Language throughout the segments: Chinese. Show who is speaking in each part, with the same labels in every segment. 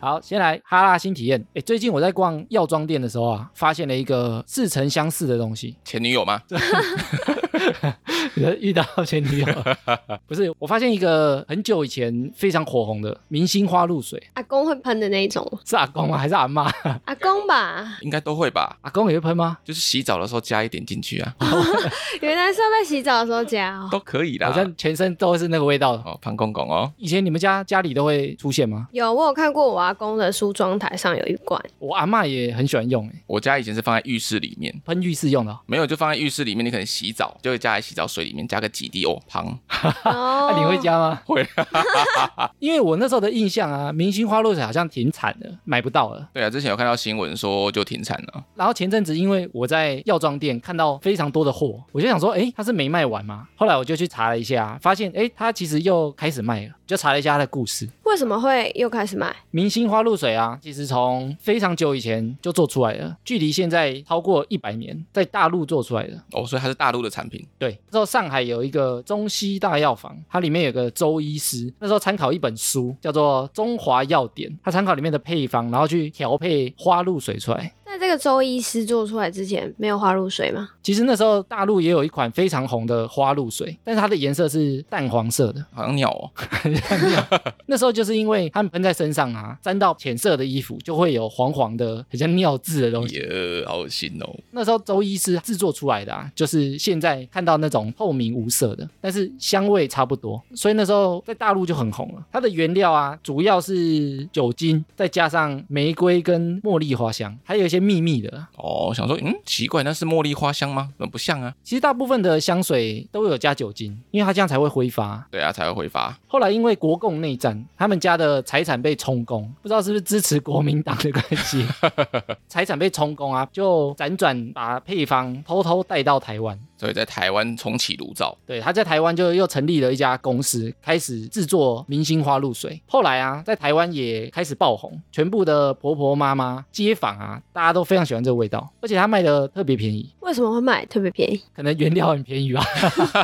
Speaker 1: 好，先来哈拉新体验。哎，最近我在逛药妆店的时候啊，发现了一个似曾相似的东西。
Speaker 2: 前女友吗？
Speaker 1: 遇到前女友了，不是？我发现一个很久以前非常火红的明星花露水，
Speaker 3: 阿公会喷的那一种，
Speaker 1: 是阿公吗？还是阿妈？
Speaker 3: 阿公吧，
Speaker 2: 应该都会吧，
Speaker 1: 阿公也会喷吗？
Speaker 2: 就是洗澡的时候加一点进去啊，
Speaker 3: 原来是要在洗澡的时候加哦。
Speaker 2: 都可以啦。
Speaker 1: 好像全身都是那个味道。
Speaker 2: 哦，潘公公哦，
Speaker 1: 以前你们家家里都会出现吗？
Speaker 3: 有，我有看过我阿公的梳妆台上有一 罐，
Speaker 1: 我阿嬷也很喜欢用、欸，
Speaker 2: 我家以前是放在浴室里面，
Speaker 1: 喷浴室用的哦、
Speaker 2: 没有就放在浴室里面，你可能洗澡就会加在洗澡水里面，加个几滴哦，旁
Speaker 3: 哦
Speaker 1: 那、啊你会？加吗？
Speaker 2: 啊会
Speaker 1: 因为我那时候的印象啊，明星花露水好像停产了，买不到了。
Speaker 2: 对啊，之前有看到新闻说就停产了，
Speaker 1: 然后前阵子因为我在药妆店看到非常多的货，我就想说，诶，它是没卖完吗？后来我就去查了一下，发现诶，它其实又开始卖了。就查了一下它的故事，
Speaker 3: 为什么会又开始卖？
Speaker 1: 明星花露水啊，其实从非常久以前就做出来了，距离现在超过一百年，在大陆做出来的。
Speaker 2: 哦，所以它是大陆的产品，
Speaker 1: 对，那时候上海有一个中西大药房，它里面有个周医师，那时候参考一本书叫做《中华药典》，他参考里面的配方，然后去调配花露水出来。
Speaker 3: 在这个周医师做出来之前，没有花露水吗？
Speaker 1: 其实那时候大陆也有一款非常红的花露水，但是它的颜色是淡黄色的。
Speaker 2: 好像鸟哦，
Speaker 1: 那时候就是因为它们喷在身上啊，沾到浅色的衣服就会有黄黄的，很像尿渍的东西。
Speaker 2: 耶，好恶心哦，
Speaker 1: 那时候周医师制作出来的啊，就是现在看到那种透明无色的，但是香味差不多，所以那时候在大陆就很红了。它的原料啊，主要是酒精，再加上玫瑰跟茉莉花香，还有一些秘密的啊。
Speaker 2: 哦，我想说，嗯，奇怪，那是茉莉花香吗？怎么不像啊？
Speaker 1: 其实大部分的香水都有加酒精，因为它这样才会挥发。
Speaker 2: 对啊，才会挥发，
Speaker 1: 后来因为国共内战，他们家的财产被充公，不知道是不是支持国民党的关系，财产被充公啊，就辗转把配方偷偷带到台湾。
Speaker 2: 所以在台湾重启炉灶，
Speaker 1: 对，他在台湾就又成立了一家公司，开始制作明星花露水。后来啊，在台湾也开始爆红，全部的婆婆妈妈、街坊啊，大家都非常喜欢这个味道，而且它卖的特别便宜，
Speaker 3: 为什么会卖？特别便宜，
Speaker 1: 可能原料很便宜吧。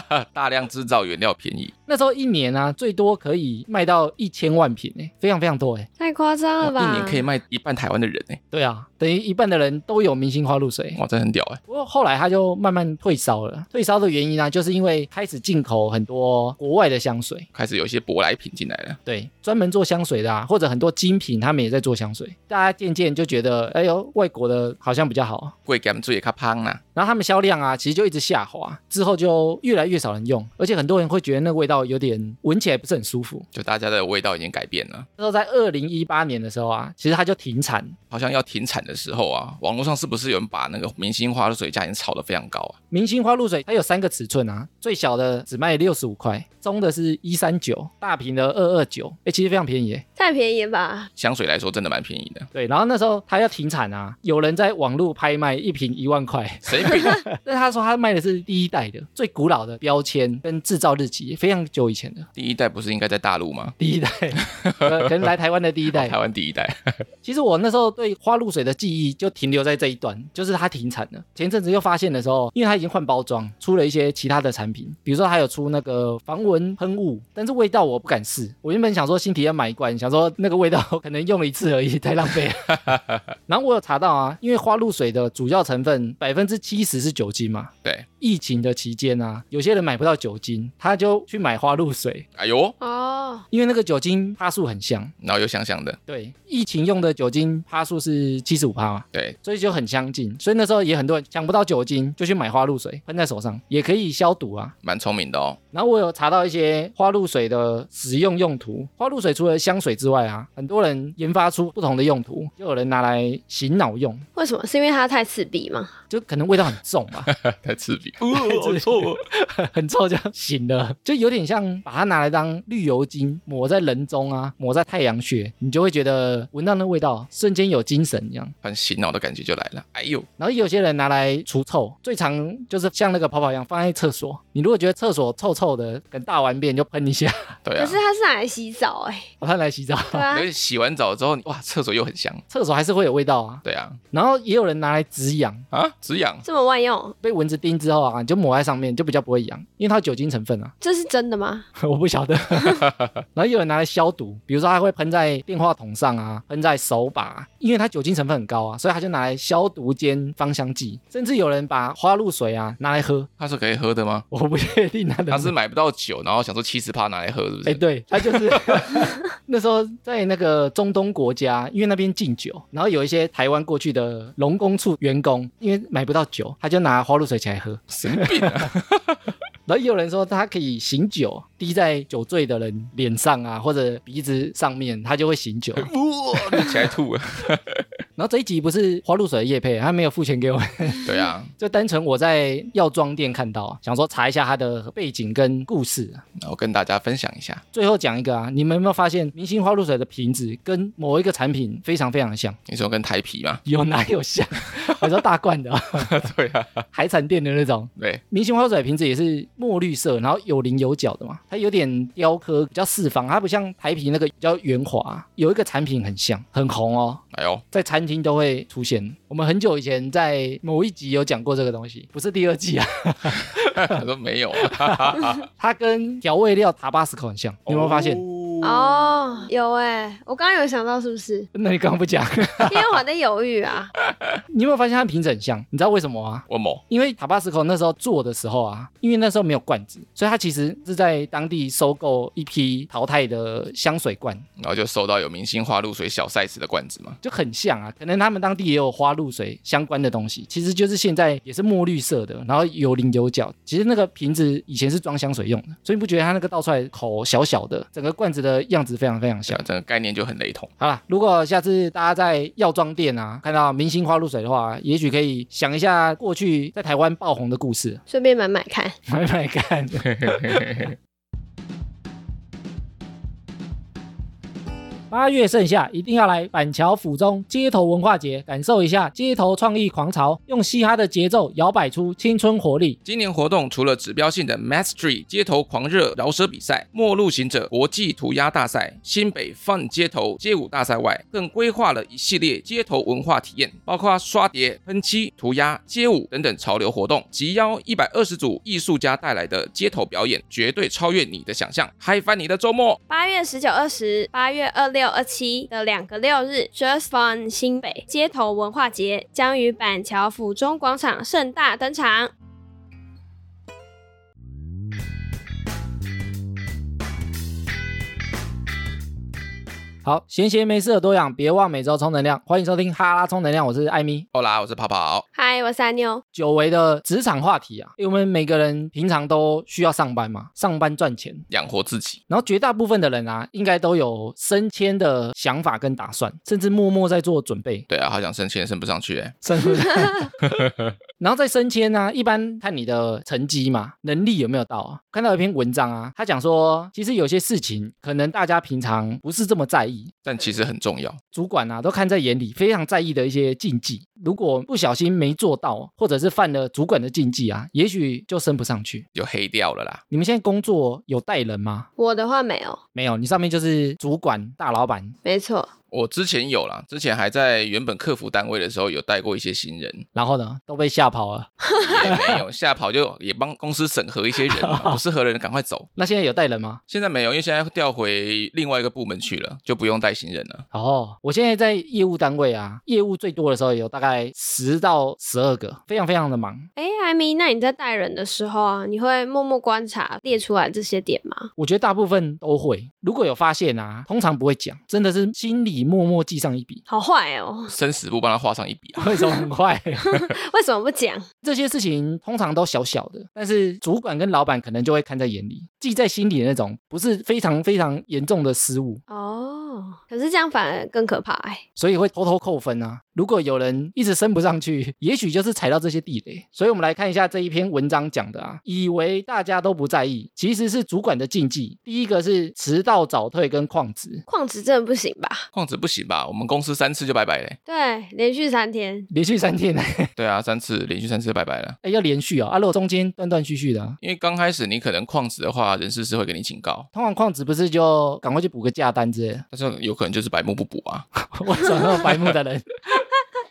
Speaker 2: 啊大量制造原料便宜，
Speaker 1: 那时候一年啊，最多可以卖到一千万瓶诶、非常非常多诶、
Speaker 3: 太夸张
Speaker 2: 哇
Speaker 3: 了吧？
Speaker 2: 哦一年可以卖一半台湾的人哎，
Speaker 1: 对啊，等于一半的人都有明星花露水。
Speaker 2: 哇，真的很屌哎，
Speaker 1: 不过后来它就慢慢退烧了，退烧的原因呢、啊就是因为开始进口很多国外的香水，
Speaker 2: 开始有一些舶来品进来了，
Speaker 1: 对，专门做香水的啊，或者很多精品，他们也在做香水。大家渐渐就觉得，哎呦，外国的好像比较好。
Speaker 2: 贵感最也卡胖啦，
Speaker 1: 然后他们销量啊，其实就一直下滑，之后就越来越少人用，而且很多人会觉得那个味道有点闻起来不是很舒服。
Speaker 2: 就大家的味道已经改变了。
Speaker 1: 那时候在二零一八年的时候啊，其实它就停产。
Speaker 2: 好像要停产的时候啊，网络上是不是有人把那个明星花露水价钱炒得非常高啊？
Speaker 1: 明星花露水它有三个尺寸啊，最小的只卖六十五块，中的是一三九，大瓶的二二九，哎，其实非常便宜耶。
Speaker 3: 太便宜了吧？
Speaker 2: 香水来说真的蛮便宜的，
Speaker 1: 对，然后那时候它要停产啊，有人在网络拍卖一瓶一万块，
Speaker 2: 谁比
Speaker 1: 但他说他卖的是第一代的最古老的标签跟制造日期，非常久以前的
Speaker 2: 第一代不是应该在大陆吗？
Speaker 1: 第一代， 呃可能来台湾的第一代
Speaker 2: 台。湾第一代，
Speaker 1: 其实我那时候对花露水的记忆就停留在这一段，就是它停产了。前阵子又发现的时候，因为它已经换包装，出了一些其他的产品，比如说它有出那个防蚊喷雾，但是味道我不敢试。我原本想说新体验买一罐，想说那个味道可能用一次而已，太浪费了。 然后我有查到啊，因为花露水的主要成分百分之七十是酒精嘛，
Speaker 2: 对，
Speaker 1: 疫情的期间啊，有些人买不到酒精，他就去买花露水，
Speaker 2: 哎呦，
Speaker 3: 哦，
Speaker 1: 因为那个酒精趴数很像。
Speaker 2: 然后又香香的，
Speaker 1: 对，疫情用的酒精趴数是七十五趴嘛，
Speaker 2: 对，
Speaker 1: 所以就很相近。所以那时候也很多人想不到酒精，就去买花露水喷在手上，也可以消毒啊。
Speaker 2: 蛮聪明的哦。
Speaker 1: 然后我有查到一些花露水的使用用途。花露水除了香水之外啊，很多人研发出不同的用途，就有人拿来醒脑用，
Speaker 3: 为什么？是因为它太刺鼻吗？
Speaker 1: 就可能味道很重吧，
Speaker 2: 太刺鼻， 哦，好臭哦！
Speaker 1: 很臭就醒了，就有点像把它拿来当绿油精抹在人中啊，抹在太阳穴，你就会觉得闻到那味道，瞬间有精神一样。
Speaker 2: 很洗脑的感觉就来了。哎呦，
Speaker 1: 然后有些人拿来除臭，最常就是像那个泡泡一样放在厕所。你如果觉得厕所臭臭的，跟大完便就喷一下，
Speaker 2: 对
Speaker 3: 可
Speaker 2: 啊
Speaker 3: 是，它是拿来洗澡哎、
Speaker 1: 把它来洗澡，
Speaker 3: 对啊
Speaker 2: 而，且洗完澡之后，哇，厕所又很香。
Speaker 1: 厕所还是会有味道啊。
Speaker 2: 对啊，
Speaker 1: 然后也有人拿来止痒，
Speaker 2: 啊，止痒，
Speaker 3: 这么万用，
Speaker 1: 被蚊子叮之后啊，你就抹在上面，就比较不会痒，因为它有酒精成分啊。
Speaker 3: 这是真的吗？
Speaker 1: 我不晓得， 然后又有人拿来消毒，比如说它会喷在电话筒上啊，喷在手把啊、因为它酒精成分很高啊，所以它就拿来消毒兼芳香剂，甚至有人把花露水啊拿来喝，
Speaker 2: 它是可以喝的吗？
Speaker 1: 我不确定它的
Speaker 2: 他是买不到酒，然后想说七十趴拿来喝，是不是？
Speaker 1: 哎、对，他就是 那时候在那个中东国家，因为那边禁酒，然后有一些台湾过去的农工处员工，因为买不到酒，他就拿花露水起来喝。
Speaker 2: 神经病啊！
Speaker 1: 然后也有人说他可以醒酒，滴在酒醉的人脸上啊，或者鼻子上面，他就会醒 酒。
Speaker 2: 哇，起来吐了。
Speaker 1: 然后这一集不是花露水的叶配，他没有付钱给我 们，
Speaker 2: 对啊，
Speaker 1: 就单纯我在药妆店看到，啊想说查一下他的背景跟故事。
Speaker 2: 那我跟大家分享一下，
Speaker 1: 最后讲一个啊，你们有没有发现明星花露水的瓶子跟某一个产品非常非常像？
Speaker 2: 你说跟台 啤吗？
Speaker 1: 有哪有像？我说大罐的啊、
Speaker 2: 对啊，
Speaker 1: 海产店的那种。
Speaker 2: 对，
Speaker 1: 明星花露水瓶子也是墨绿色，然后有棱有角的嘛，它有点雕刻，比较四方，它不像台啤那个比较圆滑。有一个产品很像，很红哦，
Speaker 2: 哎呦，
Speaker 1: 在餐厅都会出现。我们很久以前在某一集有讲过这个东西，不是第二季啊。
Speaker 2: 他说没有啊，
Speaker 1: 它跟调味料塔巴斯口很像， 你有没有发现？
Speaker 2: 哦，
Speaker 3: 哦，有哎、我刚刚有想到是不是？
Speaker 1: 那你刚刚不讲，
Speaker 3: 因为我还在犹豫啊。
Speaker 1: 你有没有发现它的瓶子很像？你知道为什么吗？
Speaker 2: 我某
Speaker 1: 因为塔巴斯科那时候做的时候啊，因为那时候没有罐子，所以他其实是在当地收购一批淘汰的香水罐，
Speaker 2: 然后就收到有明星花露水小 size 的罐子嘛，
Speaker 1: 就很像啊。可能他们当地也有花露水相关的东西，其实就是现在也是墨绿色的，然后有棱有角。其实那个瓶子以前是装香水用的，所以你不觉得它那个倒出来的口小小的，整个罐子的样子非常非常像
Speaker 2: 像。整个概念就很雷同。
Speaker 1: 好啦，如果下次大家在药妆店啊看到明星花露水的话，也许可以想一下过去在台湾爆红的故事，啊
Speaker 3: 顺便买买看。
Speaker 1: 买买看。八月盛夏一定要来板桥府中街头文化节，感受一下街头创意狂潮，用嘻哈的节奏摇摆出青春活力。
Speaker 2: 今年活动除了指标性的 Mastery 街头狂热饶舌比赛、末路行者国际涂鸦大赛、新北 Fun 街头街舞大赛外，更规划了一系列街头文化体验，包括刷碟、喷漆、涂鸦、街舞等等潮流活动，及邀一百二十组艺术家带来的街头表演，绝对超越你的想象，嗨翻你的周末！
Speaker 3: 八月十九、二十，八月二六、二七的两个六日，Just Fun 新北街头文化节将于板桥府中广场盛大登场。
Speaker 1: 好，闲闲没事的多养，别忘每周充能量。欢迎收听哈拉充能量，我是艾米。
Speaker 2: 好啦，我是跑跑，
Speaker 3: 嗨，我是阿妞。
Speaker 1: 久违的职场话题啊，因为我们每个人平常都需要上班嘛，上班赚钱，
Speaker 2: 养活自己。
Speaker 1: 然后绝大部分的人啊，应该都有升迁的想法跟打算，甚至默默在做准备。
Speaker 2: 对啊，好想升迁升不上去哎、
Speaker 1: 升，然后再升迁呢、一般看你的成绩嘛，能力有没有到啊？看到一篇文章啊，他讲说，其实有些事情可能大家平常不是这么在意，
Speaker 2: 但其实很重要。
Speaker 1: 主管啊都看在眼里，非常在意的一些禁忌，如果不小心没做到，或者是犯了主管的禁忌啊，也许就升不上去。
Speaker 2: 就黑掉了啦，
Speaker 1: 你们现在工作有带人吗？
Speaker 3: 我的话没有，
Speaker 1: 没有，你上面就是主管、大老板，
Speaker 3: 没错，
Speaker 2: 我之前有啦，之前还在原本客服单位的时候有带过一些新人，
Speaker 1: 然后呢都被吓跑了。
Speaker 2: 也没有，吓跑就也帮公司审核一些人嘛，不适合的人赶快走。
Speaker 1: 那现在有带人吗？
Speaker 2: 现在没有，因为现在调回另外一个部门去了，就不用带新人了。
Speaker 1: 哦，我现在在业务单位啊，业务最多的时候有大概十到十二个，非常非常的忙。
Speaker 3: 哎、艾米，那你在带人的时候啊，你会默默观察列出来这些点吗？
Speaker 1: 我觉得大部分都会，如果有发现啊，通常不会讲，真的是心里默默记上一笔。
Speaker 3: 好坏哦，
Speaker 2: 生死簿帮他画上一笔啊！
Speaker 1: 为什么很快？
Speaker 3: 为什么不讲？
Speaker 1: 这些事情通常都小小的，但是主管跟老板可能就会看在眼里，记在心里的那种，不是非常非常严重的失误，
Speaker 3: 哦，可是这样反而更可怕哎、
Speaker 1: 所以会偷偷扣分啊。如果有人一直升不上去， 也许就是踩到这些地雷。所以我们来看一下这一篇文章讲的啊，以为大家都不在意，其实是主管的禁忌。第一个是迟到、早退跟旷职。
Speaker 3: 旷职真的不行吧？
Speaker 2: 矿子不行吧？我们公司三次就拜拜嘞。
Speaker 3: 对，连续三天，
Speaker 1: 连续三天， 哎、
Speaker 2: 对啊，三次连续三次就拜拜了。
Speaker 1: 要连续啊、啊，如果中间断断续续的啊、
Speaker 2: 因为刚开始你可能旷职的话，人事是会给你警告，
Speaker 1: 通常旷职不是就赶快去补个假单之类的？
Speaker 2: 但是有可能就是百目不补啊。
Speaker 1: 为什么那么白目的人？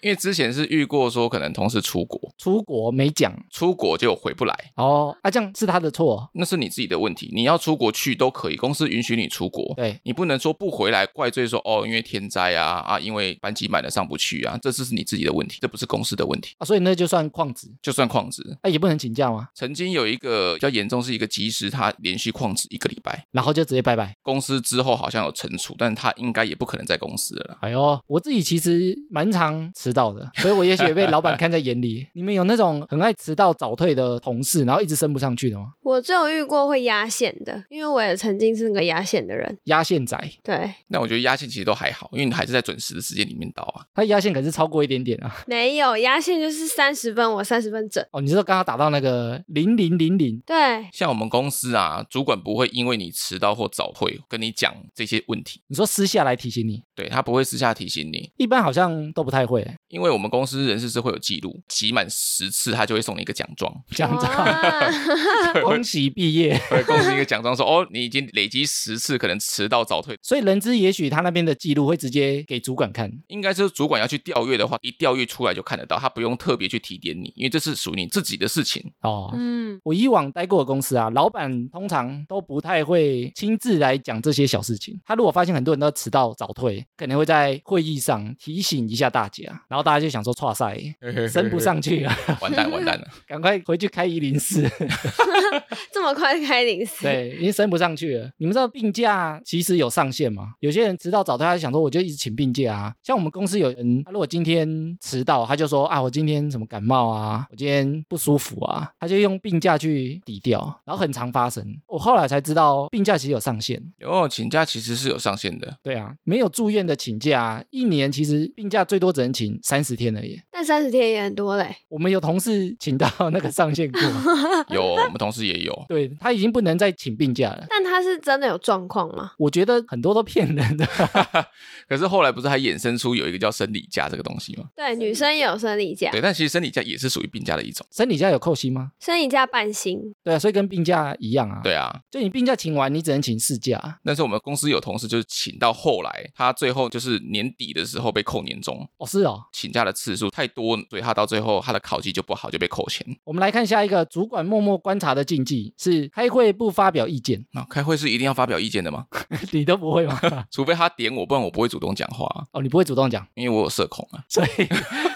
Speaker 2: 因为之前是遇过说可能同事出国，
Speaker 1: 出国没讲
Speaker 2: 出国就回不来，
Speaker 1: 哦，啊，这样是他的错，
Speaker 2: 那是你自己的问题。你要出国去都可以，公司允许你出国，
Speaker 1: 对，
Speaker 2: 你不能说不回来怪罪说哦，因为天灾啊啊，因为班机满了上不去啊，这只是你自己的问题，这不是公司的问题。
Speaker 1: 啊，所以那就算旷职，
Speaker 2: 就算旷职，
Speaker 1: 啊，也不能请假吗？
Speaker 2: 曾经有一个比较严重，是一个技师，他连续旷职一个礼拜，
Speaker 1: 然后就直接拜拜。
Speaker 2: 公司之后好像有惩处，但是他应该也不可能在公司了啦。
Speaker 1: 哎呦，我自己其实蛮常迟到的，所以我也许也被老板看在眼里。你们有那种很爱迟到早退的同事，然后一直升不上去的吗？
Speaker 3: 我只有遇过会压线的，因为我也曾经是那个压线的人。
Speaker 1: 压线仔，
Speaker 3: 对，
Speaker 2: 那我觉得压线其实都还好，因为你还是在准时的时间里面到啊。
Speaker 1: 他压线可是超过一点点啊。
Speaker 3: 没有压线就是三十分，我三十分整。
Speaker 1: 哦，你知道刚刚打到那个零零零零，
Speaker 3: 对，
Speaker 2: 像我们公司啊，主管不会因为你迟到或早退跟你讲这些问题，
Speaker 1: 你说私下来提醒你，
Speaker 2: 对他不会私下提醒你，
Speaker 1: 一般好像都不太会欸
Speaker 2: 因为我们公司人事是会有记录，集满十次他就会送你一个奖状，
Speaker 1: 这样子啊。
Speaker 3: 哇
Speaker 1: 恭喜毕业。
Speaker 2: 会恭喜一个奖状说哦，你已经累积十次可能迟到早退，
Speaker 1: 所以人资也许他那边的记录会直接给主管看，
Speaker 2: 应该是主管要去调阅的话，一调阅出来就看得到，他不用特别去提点你，因为这是属于你自己的事情。
Speaker 1: 哦。
Speaker 3: 嗯，
Speaker 1: 我以往待过的公司啊，老板通常都不太会亲自来讲这些小事情。他如果发现很多人都迟到早退，可能会在会议上提醒一下大家，然后大家就想说，哇塞，升不，上去啊，
Speaker 2: 完蛋完蛋了，
Speaker 1: 赶快回去开一零四。
Speaker 3: 这么快就开零四，
Speaker 1: 对，已经升不上去了。你们知道病假其实有上限吗？有些人迟到早退，他就想说我就一直请病假啊。像我们公司有人，他如果今天迟到，他就说啊，我今天什么感冒啊，我今天不舒服啊，他就用病假去抵掉，然后很常发生。我后来才知道病假其实有上限。
Speaker 2: 哦，请假其实是有上限的，
Speaker 1: 对啊，没有住院的请假啊，一年其实病假最多只能请三十天而已。
Speaker 3: 但三十天也很多嘞。
Speaker 1: 我们有同事请到那个上限过，
Speaker 2: 有我们同事也有，
Speaker 1: 对他已经不能再请病假了。
Speaker 3: 但他是真的有状况吗？
Speaker 1: 我觉得很多都骗人的。
Speaker 2: 可是后来不是还衍生出有一个叫生理假这个东西吗？
Speaker 3: 对，女生也有生理假，
Speaker 2: 对，但其实生理假也是属于病假的一种。
Speaker 1: 生理假有扣薪吗？
Speaker 3: 生理假半薪，
Speaker 1: 对啊，所以跟病假一样啊。，
Speaker 2: 对啊，
Speaker 1: 就你病假请完，你只能请事假。啊
Speaker 2: 但是我们公司有同事就是请到后来，他最后就是年底的时候被扣年终，
Speaker 1: 哦，是哦。
Speaker 2: 请假的次数太多，所以他到最后他的考绩就不好，就被扣钱。
Speaker 1: 我们来看下一个，主管默默观察的禁忌是开会不发表意见，
Speaker 2: 那、开会是一定要发表意见的吗？
Speaker 1: 你都不会吗？
Speaker 2: 除非他点我，不然我不会主动讲话啊，
Speaker 1: 哦，你不会主动讲，
Speaker 2: 因为我有社恐啊，
Speaker 1: 所以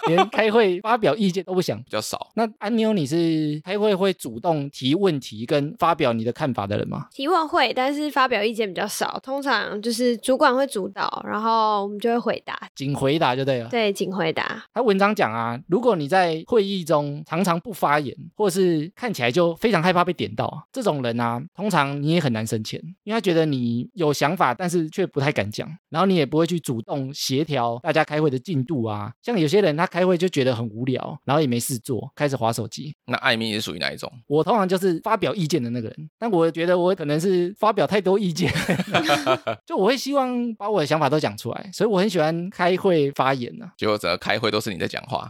Speaker 1: 连开会发表意见都不想。
Speaker 2: 比较少。
Speaker 1: 那安妞，你是开会会主动提问题跟发表你的看法的人吗？
Speaker 3: 提问会，但是发表意见比较少，通常就是主管会主导，然后我们就会回答，
Speaker 1: 仅回答就对了。
Speaker 3: 对，仅回答。
Speaker 1: 他文章讲啊，如果你在会议中常常不发言，或是看起来就非常害怕被点到，这种人啊，通常你也很难升迁，因为他觉得你有想法，但是却不太敢讲，然后你也不会去主动协调大家开会的进度啊。像有些人他开会就觉得很无聊，然后也没事做，开始划手机。
Speaker 2: 那艾米是属于哪一种？
Speaker 1: 我通常就是发表意见的那个人，但我觉得我可能是发表太多意见，就我会希望把我的想法都讲出来，所以我很喜欢开会发言啊。
Speaker 2: 结果整个开会都是你在讲话，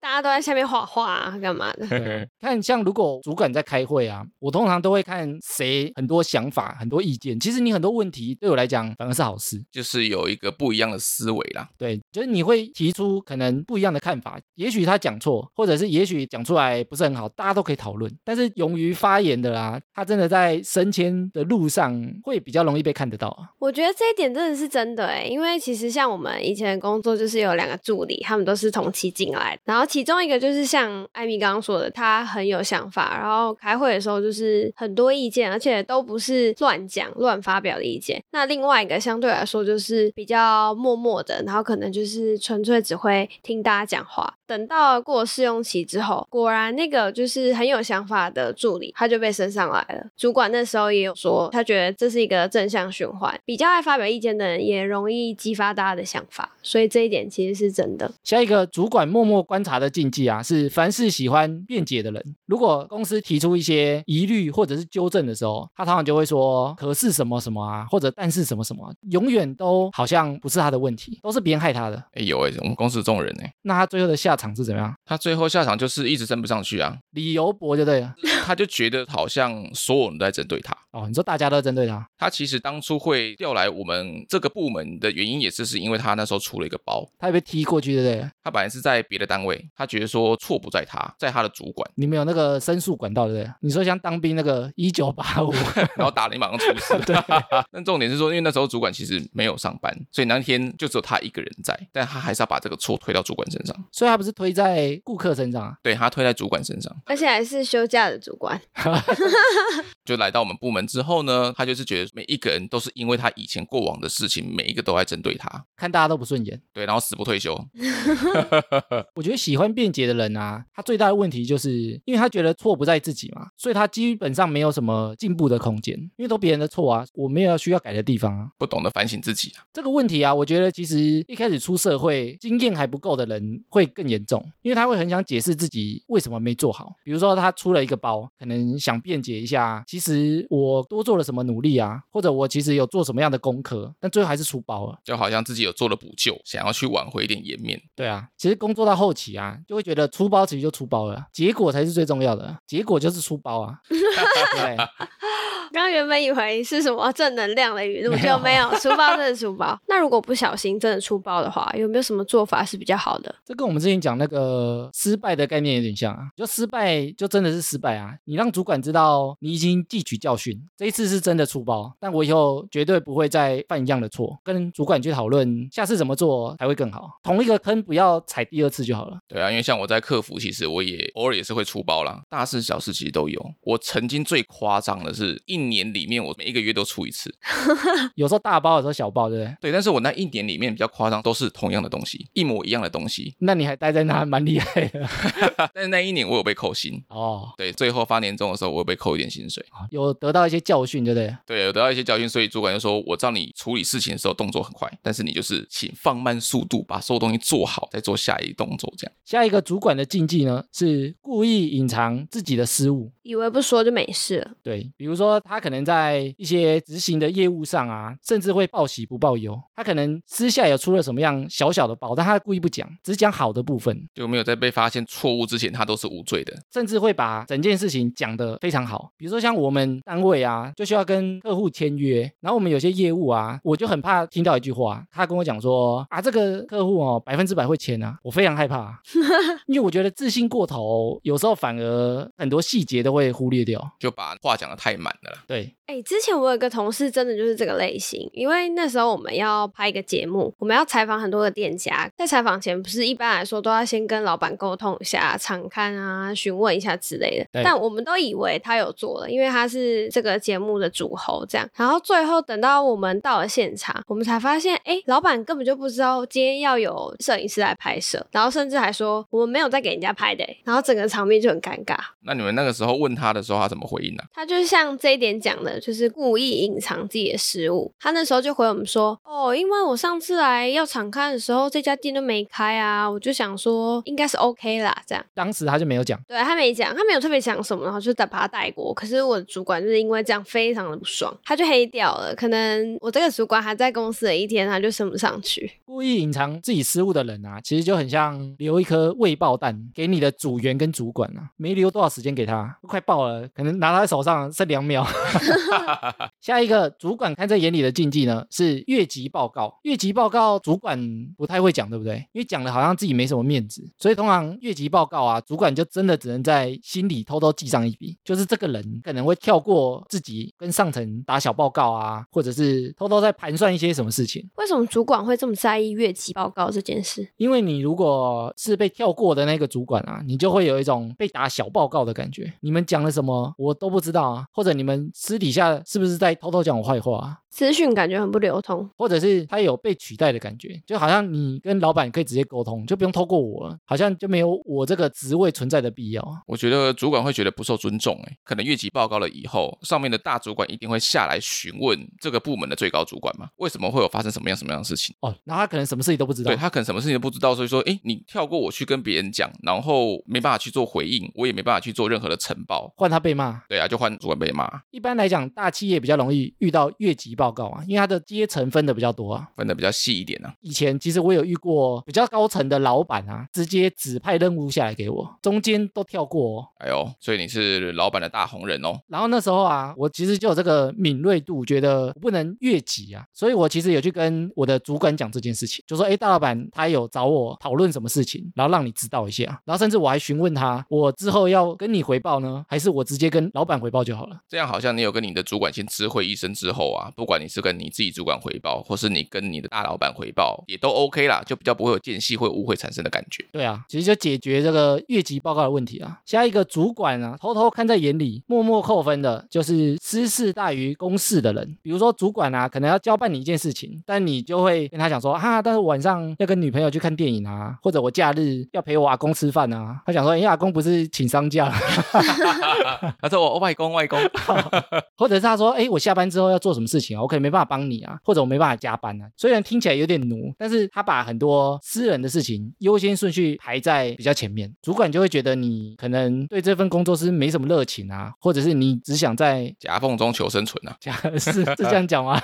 Speaker 3: 大家都在下面画画啊，干嘛的？
Speaker 1: 对看，像如果主管在开会啊，我通常都会看谁很多想法、很多意见。其实你很多问题对我来讲反而是好事，
Speaker 2: 就是有一个不一样的思维啦。
Speaker 1: 对，就是你会提出可能不一样的看法，也许他讲错，或者是也许讲出来不是很好，大家都可以讨论。但是勇于发言的啦，他真的在升迁的路上会比较容易被看得到啊。
Speaker 3: 我觉得这一点真的是真的哎，因为其实像我们以前的工作就是有两个助理，他们都是同期进来的，然后其中一个就是像艾米刚刚说的，他很有想法，然后开会的时候就是很多意见，而且都不是乱讲、乱发表的意见。那另外一个相对来说就是比较默默的，然后可能就是纯粹只会听大家讲话。等到过试用期之后，果然那个就是很有想法的助理，他就被升上来了。主管那时候也有说，他觉得这是一个正向循环，比较爱发表意见的人也容易激发大家的想法，所以这一点其实是真的。
Speaker 1: 下一个主管默默观察的禁忌啊，是凡是喜欢辩解的人，如果公司提出一些疑虑或者是纠正的时候，他通常就会说“可是什么什么啊”或者“但是什么什么啊”，永远都好像不是他的问题，都是别人害他的。
Speaker 2: 哎，有哎，我们公司这种人哎，
Speaker 1: 那他最后的下场是怎么样？
Speaker 2: 他最后下场就是一直升不上去啊，
Speaker 1: 理由驳就对了。
Speaker 2: 他就觉得好像所有人都在针对他。
Speaker 1: 哦，你说大家都针对他，
Speaker 2: 他其实当初会调来我们这个部门的原因，也是是因为他那时候出了一个包。
Speaker 1: 他也被踢过去，对不对？
Speaker 2: 他本来是在别的单位，他觉得说错不在他，在他的主管，
Speaker 1: 你们有那个申诉管道，对不对？你说像当兵那个一九八五，
Speaker 2: 然后打了一马上出事。
Speaker 1: 对，
Speaker 2: 但重点是说，因为那时候主管其实没有上班，所以那天就只有他一个人在，但他还是要把这个错推到主管身上，
Speaker 1: 所以他不是推在顾客身上啊？
Speaker 2: 对他推在主管身上。
Speaker 3: 而且还是休假的主管，
Speaker 2: 就来到我们部门之后呢，他就是觉得每一个人都是因为他以前过往的事情，每一个都在针对他，
Speaker 1: 看大家都不顺眼。
Speaker 2: 对，然后死不退休。
Speaker 1: 我觉得喜欢辩解的人啊，他最大的问题就是因为他觉得错不在自己嘛，所以他基本上没有什么进步的空间，因为都别人的错啊，我没有需要改的地方啊。
Speaker 2: 不懂得反省自己啊，
Speaker 1: 这个问题啊，我觉得其实一开始出社会经验还不够的人会更严重，因为他会很想解释自己为什么没做好。比如说他出了一个包，可能想辩解一下，其实我多做了什么努力啊，或者我其实有做什么样的功课，但最后还是出包了。
Speaker 2: 就好像自己有做了补救，想要去挽回一点颜面。
Speaker 1: 对啊，其实工作到后期啊，就会觉得出包其实就出包了，结果才是最重要的，结果就是出包啊。对，
Speaker 3: 刚刚原本以为是什么正能量的语录，
Speaker 1: 没有
Speaker 3: 就没有书包真的书包。 那如果不小心真的出包的话，有没有什么做法是比较好的？
Speaker 1: 这跟我们之前讲那个失败的概念有点像啊，就失败就真的是失败啊，你让主管知道你已经汲取教训，这一次是真的出包，但我以后绝对不会再犯一样的错，跟主管去讨论下次怎么做才会更好，同一个坑不要踩第二次就好了。
Speaker 2: 对啊，因为像我在客服，其实我也偶尔也是会出包啦，大事小事其实都有。我曾经最夸张的是，一年里面我每一个月都出一次。
Speaker 1: 有时候大包，有时候小包，对不对？。
Speaker 2: 对，但是我那一年里面比较夸张，都是同样的东西，一模一样的东西啊
Speaker 1: 那你还待在那，蛮厉害的
Speaker 2: 但是那一年我有被扣薪，
Speaker 1: 哦。
Speaker 2: 对，最后发年终的时候我有被扣一点薪水。
Speaker 1: 有得到一些教训，对不对？
Speaker 2: 对，有得到一些教训，所以主管就说：“我知道你处理事情的时候动作很快，但是你就是请放慢速度，把所有东西做好，再做下一动作。”这样
Speaker 1: 下一个主管的禁忌呢，是故意隐藏自己的失误，
Speaker 3: 以为不说就没事了，
Speaker 1: 对，比如说他可能在一些执行的业务上啊，甚至会报喜不报忧。他可能私下有出了什么样小小的包，但他故意不讲，只讲好的部分，
Speaker 2: 就没有在被发现错误之前，他都是无罪的。
Speaker 1: 甚至会把整件事情讲得非常好。比如说像我们单位啊，就需要跟客户签约，然后我们有些业务啊，我就很怕听到一句话，他跟我讲说啊，这个客户哦，百分之百会签啊，我非常害怕啊，因为我觉得自信过头，有时候反而很多细节都会忽略掉。
Speaker 2: 就把话讲得太满了啦。
Speaker 1: 对，
Speaker 3: 哎、之前我有一个同事真的就是这个类型，因为那时候我们要拍一个节目，我们要采访很多个店家，在采访前不是一般来说都要先跟老板沟通一下、场刊啊、询问一下之类
Speaker 1: 对
Speaker 3: 的，但我们都以为他有做了，因为他是这个节目的主喉这样。然后最后等到我们到了现场，我们才发现，哎、老板根本就不知道今天要有摄影师来拍摄，然后甚至还说我们没有在给人家拍的、欸然后整个场面就很尴尬。
Speaker 2: 那你们那个时候问他的时候，他怎么回应啊呢、
Speaker 3: 他就是像这一点讲的，就是故意隐藏自己的失误。他那时候就回我们说：“哦，因为我上次来药厂看的时候，这家店都没开啊，我就想说应该是 OK 啦，这样。”
Speaker 1: 当时他就没有讲。
Speaker 3: 对他没讲，他没有特别讲什么，然后就打把他带过。可是我的主管就是因为这样非常的不爽，他就黑掉了。可能我这个主管还在公司的一天，他就升不上去。
Speaker 1: 故意隐藏自己失误的人啊，其实就很像留一颗未爆弹给你的组员跟主管啊，没留多少时间给他，快爆了，可能拿他手上剩两秒。 下一个主管看在眼里的禁忌呢是越级报告，越级报告主管不太会讲，对不对？因为讲了好像自己没什么面子，所以通常越级报告啊，主管就真的只能在心里偷偷记上一笔，就是这个人可能会跳过自己跟上层打小报告啊，或者是偷偷在盘算一些什么事情。
Speaker 3: 为什么主管会这么在意越级报告这件事？
Speaker 1: 因为你如果是被跳过的那个主管啊，你就会有一种被打小报告的感觉。你们讲了什么，我都不知道啊，或者你们私底下是不是在偷偷讲我坏话啊？
Speaker 3: 资讯感觉很不流通。
Speaker 1: 或者是他有被取代的感觉，就好像你跟老板可以直接沟通，就不用透过我了，好像就没有我这个职位存在的必要啊。
Speaker 2: 我觉得主管会觉得不受尊重，哎，可能越级报告了以后，上面的大主管一定会下来询问这个部门的最高主管嘛，为什么会有发生什么样什么样的事情？
Speaker 1: 哦，那他可能什么事情都不知道
Speaker 2: 对。他可能什么事情都不知道，所以说，哎，你跳过我去跟别人讲，然后没办法去做回应，我也没办法去做任何的呈报，
Speaker 1: 换他被骂，
Speaker 2: 对啊，就换主管被骂。
Speaker 1: 一般来讲，讲，大企业比较容易遇到越级报告啊，因为它的阶层分的比较多啊。
Speaker 2: 分的比较细一点啊。
Speaker 1: 以前其实我有遇过比较高层的老板啊，直接指派任务下来给我，中间都跳过、哦。
Speaker 2: 哎呦，所以你是老板的大红人哦。
Speaker 1: 然后那时候啊，我其实就有这个敏锐度，觉得我不能越级啊，所以我其实有去跟我的主管讲这件事情，就说：“哎，大老板他有找我讨论什么事情，然后让你知道一下。”然后甚至我还询问他，我之后要跟你回报呢，还是我直接跟老板回报就好了？
Speaker 2: 这样好像你有跟你的主管先知会一声之后啊，不管你是跟你自己主管回报，或是你跟你的大老板回报，也都 OK 啦，就比较不会有间隙或误会产生的感觉。
Speaker 1: 对啊，其实就解决这个越级报告的问题啊。下一个主管啊，偷偷看在眼里，默默扣分的，就是私事大于公事的人。比如说主管啊，可能要交办你一件事情，但你就会跟他讲说，哈、啊，但是晚上要跟女朋友去看电影啊，或者我假日要陪我阿公吃饭啊。他想说，哎、阿公不是请丧假了，
Speaker 2: 他说我外公外公，
Speaker 1: 或者是他说，哎，我下班之后要做什么事情啊，我可能没办法帮你啊，或者我没办法加班啊。虽然听起来有点奴，但是他把很多私人的事情优先顺序排在比较前面，主管就会觉得你可能对这份工作是没什么热情啊，或者是你只想在
Speaker 2: 夹缝中求生存啊。
Speaker 1: 家是是这样讲吗？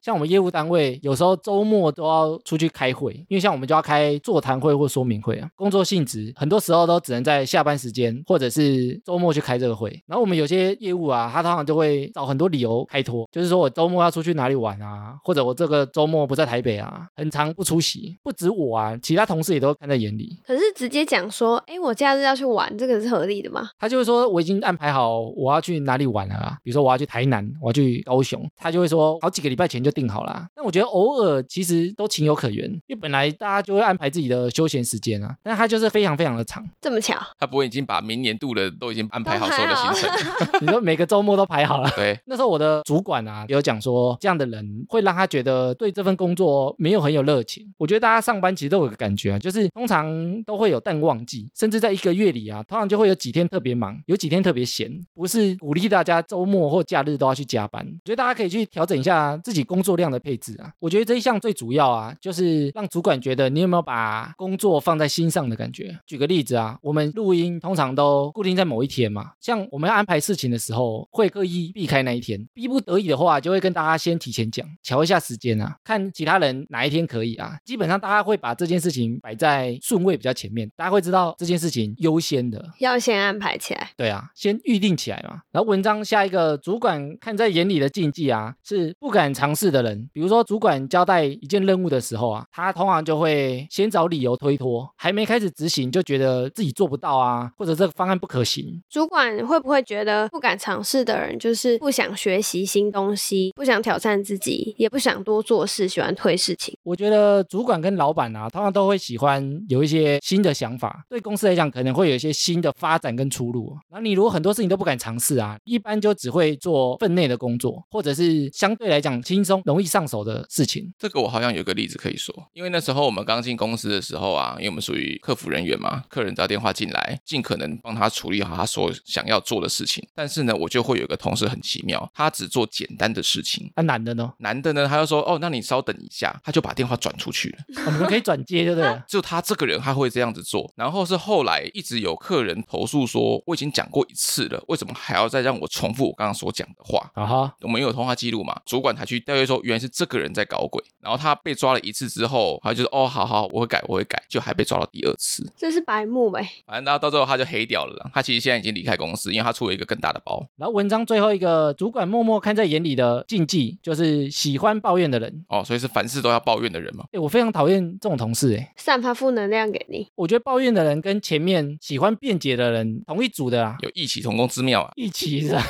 Speaker 1: 像我们业务单位有时候周末都要出去开会，因为像我们就要开座谈会或说明会啊，工作性质很多时候都只能在下班时间或者是周末去开这个会。然后我们有些业务啊，他通常就会找很多理由开脱，就是说我周末要出去哪里玩啊，或者我这个周末不在台北啊，很常不出席。不止我啊，其他同事也都看在眼里。
Speaker 3: 可是直接讲说，哎、我假日要去玩，这个是合理的吗？
Speaker 1: 他就会说我已经安排好我要去哪里玩了啊，比如说我要去台南，我要去高雄，他就会说好几个礼拜前就定好啦。但我觉得偶尔其实都情有可原，因为本来大家就会安排自己的休闲时间啊，但他就是非常非常的长，
Speaker 3: 这么巧，
Speaker 2: 他不会已经把明年度的都已经安排好所有的行程了？
Speaker 1: 你说每个周末都排好了。
Speaker 2: 对，
Speaker 1: 那时候我的主管啊有讲说，这样的人会让他觉得对这份工作没有很有热情。我觉得大家上班其实都有个感觉啊，就是通常都会有淡旺季，甚至在一个月里啊，通常就会有几天特别忙，有几天特别闲。不是鼓励大家周末或假日都要去加班，我觉得大家可以去调整一下自己工作量的配置啊。我觉得这一项最主要啊，就是让主管觉得你有没有把工作放在心上的感觉。举个例子啊，我们录音通常都固定在某一天嘛，像我们要安排事情的时候，会刻意避开那一天。逼不得已的话，就会跟大家先提前讲，瞧一下时间啊，看其他人哪一天可以啊。基本上大家会把这件事情摆在顺位比较前面，大家会知道这件事情优先的。
Speaker 3: 要先安排起来。
Speaker 1: 对啊，先预定起来嘛。然后文章下一个主管看在眼里的禁忌啊，是不敢尝试的人。比如说主管交代一件任务的时候啊，他通常就会先找理由推脱，还没开始执行就觉得自己做不到啊，或者这个方案不可行，
Speaker 3: 主管会不会觉得不敢尝试的人就是不想学习新东西，不想挑战自己，也不想多做事，喜欢推事情？
Speaker 1: 我觉得主管跟老板啊，通常都会喜欢有一些新的想法，对公司来讲可能会有一些新的发展跟出路。然后你如果很多事情都不敢尝试啊，一般就只会做分内的工作，或者是相对来讲轻松、容易上手的事情。
Speaker 2: 这个我好像有一个例子可以说，因为那时候我们刚进公司的时候啊，因为我们属于客服人员嘛，客人打电话进来，尽可能帮他处理好他所想要做的事情。但是呢，我就会有一个同事很奇妙，他只做简单的事情。
Speaker 1: 啊，难的呢，
Speaker 2: 男的呢，他就说哦，那你稍等一下，他就把电话转出去了。
Speaker 1: 我哦们可以转接，对不对？
Speaker 2: 就他这个人，他会这样子做。然后是后来一直有客人投诉说，我已经讲过一次了，为什么还要再让我重复我刚刚所讲的话？
Speaker 1: 啊哈，
Speaker 2: 我们有通话记录嘛？主管才去调阅说，原来是这个人在搞鬼。然后他被抓了一次之后，他就说哦，好好，我会改，我会改，就还被抓到第二次。
Speaker 3: 这是白目呗，
Speaker 2: 反正到到最后他就黑掉了啦。他其实现在已经离开公司，因为他出了一个更大的包。
Speaker 1: 然后文章最后一个主管默默看在眼里的禁忌，就是喜欢抱怨的人。
Speaker 2: 哦，所以是凡事都要抱怨的人嘛。
Speaker 1: 哎，我非常讨厌这种同事哎，
Speaker 3: 散发负能量给你。
Speaker 1: 我觉得抱怨的人跟前面喜欢辩解的人同一组的啊，
Speaker 2: 有异曲同工之
Speaker 1: ，
Speaker 2: 妙啊
Speaker 1: 一起是吧？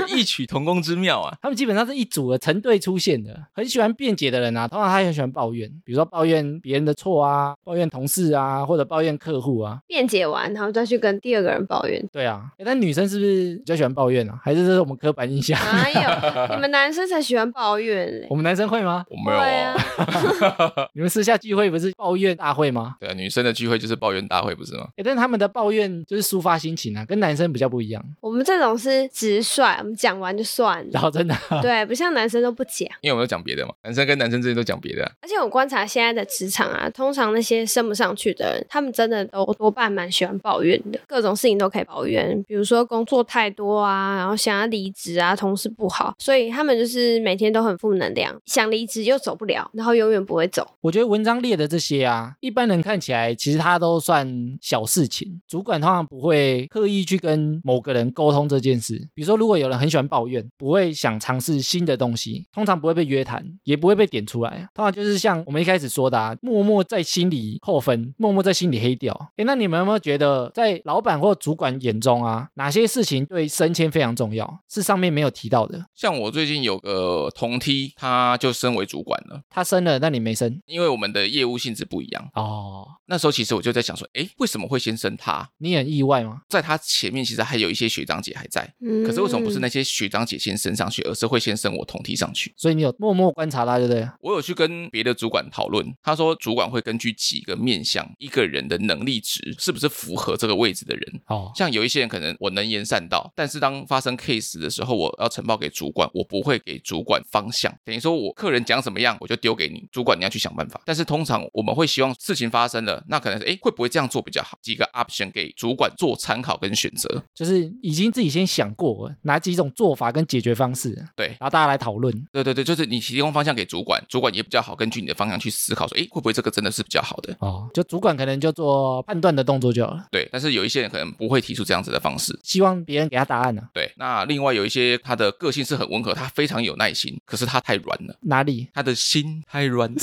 Speaker 2: 有异曲同工之妙啊。
Speaker 1: 他们基本上是一组的成对出现的，很喜欢辩解的人啊，通常他也很喜欢抱怨，比如说抱怨别人的错啊，抱怨同事啊，或者抱怨客户啊。
Speaker 3: 辩解完，然后再去跟第二个人抱怨。
Speaker 1: 对啊，诶但女生是不是比较喜欢抱怨啊？还是这是我们刻板印象？
Speaker 3: 哪有？你们男生才喜欢抱怨嘞
Speaker 1: 我。们男生会吗？
Speaker 2: 我没有、
Speaker 3: 对
Speaker 2: 哦。
Speaker 3: 啊，
Speaker 1: 你们私下聚会不是抱怨大会吗？
Speaker 2: 对啊，女生的聚会就是抱怨大会，不是吗？
Speaker 1: 哎，但他们的抱怨就是抒发心情啊，跟男生比较不一样。
Speaker 3: 我们这种是直率，我们讲完就算
Speaker 1: 然
Speaker 3: 了。
Speaker 1: 后真的，
Speaker 3: 对，不像男生都不讲。
Speaker 2: 因为我们都讲别的嘛，男生跟男生之间都讲别的啊、
Speaker 3: 而且我观察现在的职场啊，通常那些升不上去的人，他们真的都多半蛮喜欢抱怨的，各种事情都可以抱怨，比如说工作太多啊，然后想要离职啊，同事不好，所以他们就是每天都很负能量，想离职又走不了，然后永远不会走。
Speaker 1: 我觉得文章列的这些啊，一般人看起来其实它都算小事情，主管通常不会刻意去跟某个人沟通这件事。比如说，如果有人很喜欢抱怨，不会想尝试新的东西，通常不会被约谈，也不会被点出来啊。通常就是像我们一开始说的、啊，默默在心里扣分，默默在心里黑掉。诶，那你们有没有觉得，在老板或主管眼中啊，哪些事情对升迁非常重要？是上面没有提到的。
Speaker 2: 像我最近有个同梯，他就升为主管了，
Speaker 1: 他升了，但你没升
Speaker 2: 因为我们的业务性质不一样。
Speaker 1: 哦，
Speaker 2: 那时候其实我就在想说，哎，为什么会先升他？
Speaker 1: 你很意外吗？
Speaker 2: 在他前面其实还有一些学长姐还在，
Speaker 3: 嗯
Speaker 2: 可是为什么不是那些学长姐先升上去，而是会先升我同梯上去？
Speaker 1: 所以你有默默观察他，对不对了？
Speaker 2: 我有去跟别的主管讨论，他说主管会根据几个面向一个人的能力值是不是符合这个位置的人。
Speaker 1: 哦，
Speaker 2: 像有一些人可能我能言善道，但是当发生 case 的时候，我要呈报给主管，我不会给主管方向，等于说我客人讲怎么样，我就丢给你，主管你要去想办法。但是通常我们会希望事情发生了，那可能是诶会不会这样做比较好？几个 option 给主管做参考跟选择。
Speaker 1: 就是已经自己先想过了哪几种做法跟解决方式，然
Speaker 2: 对，
Speaker 1: 后大家来讨论。
Speaker 2: 对对对，就是你提供方向给主管，主管也比较好根据你的方向去思考说，诶会不会这个真的是比较好的？
Speaker 1: 哦，就主管可能就做判断的动作就好了，
Speaker 2: 对，但是有一些人可能不会提出这样子的方式。
Speaker 1: 希望别人给他答案啊呢、
Speaker 2: 对，那另外有一些他的个性是很温和，他非常有耐心，可是他太软了，
Speaker 1: 哪里？
Speaker 2: 他的心太软了，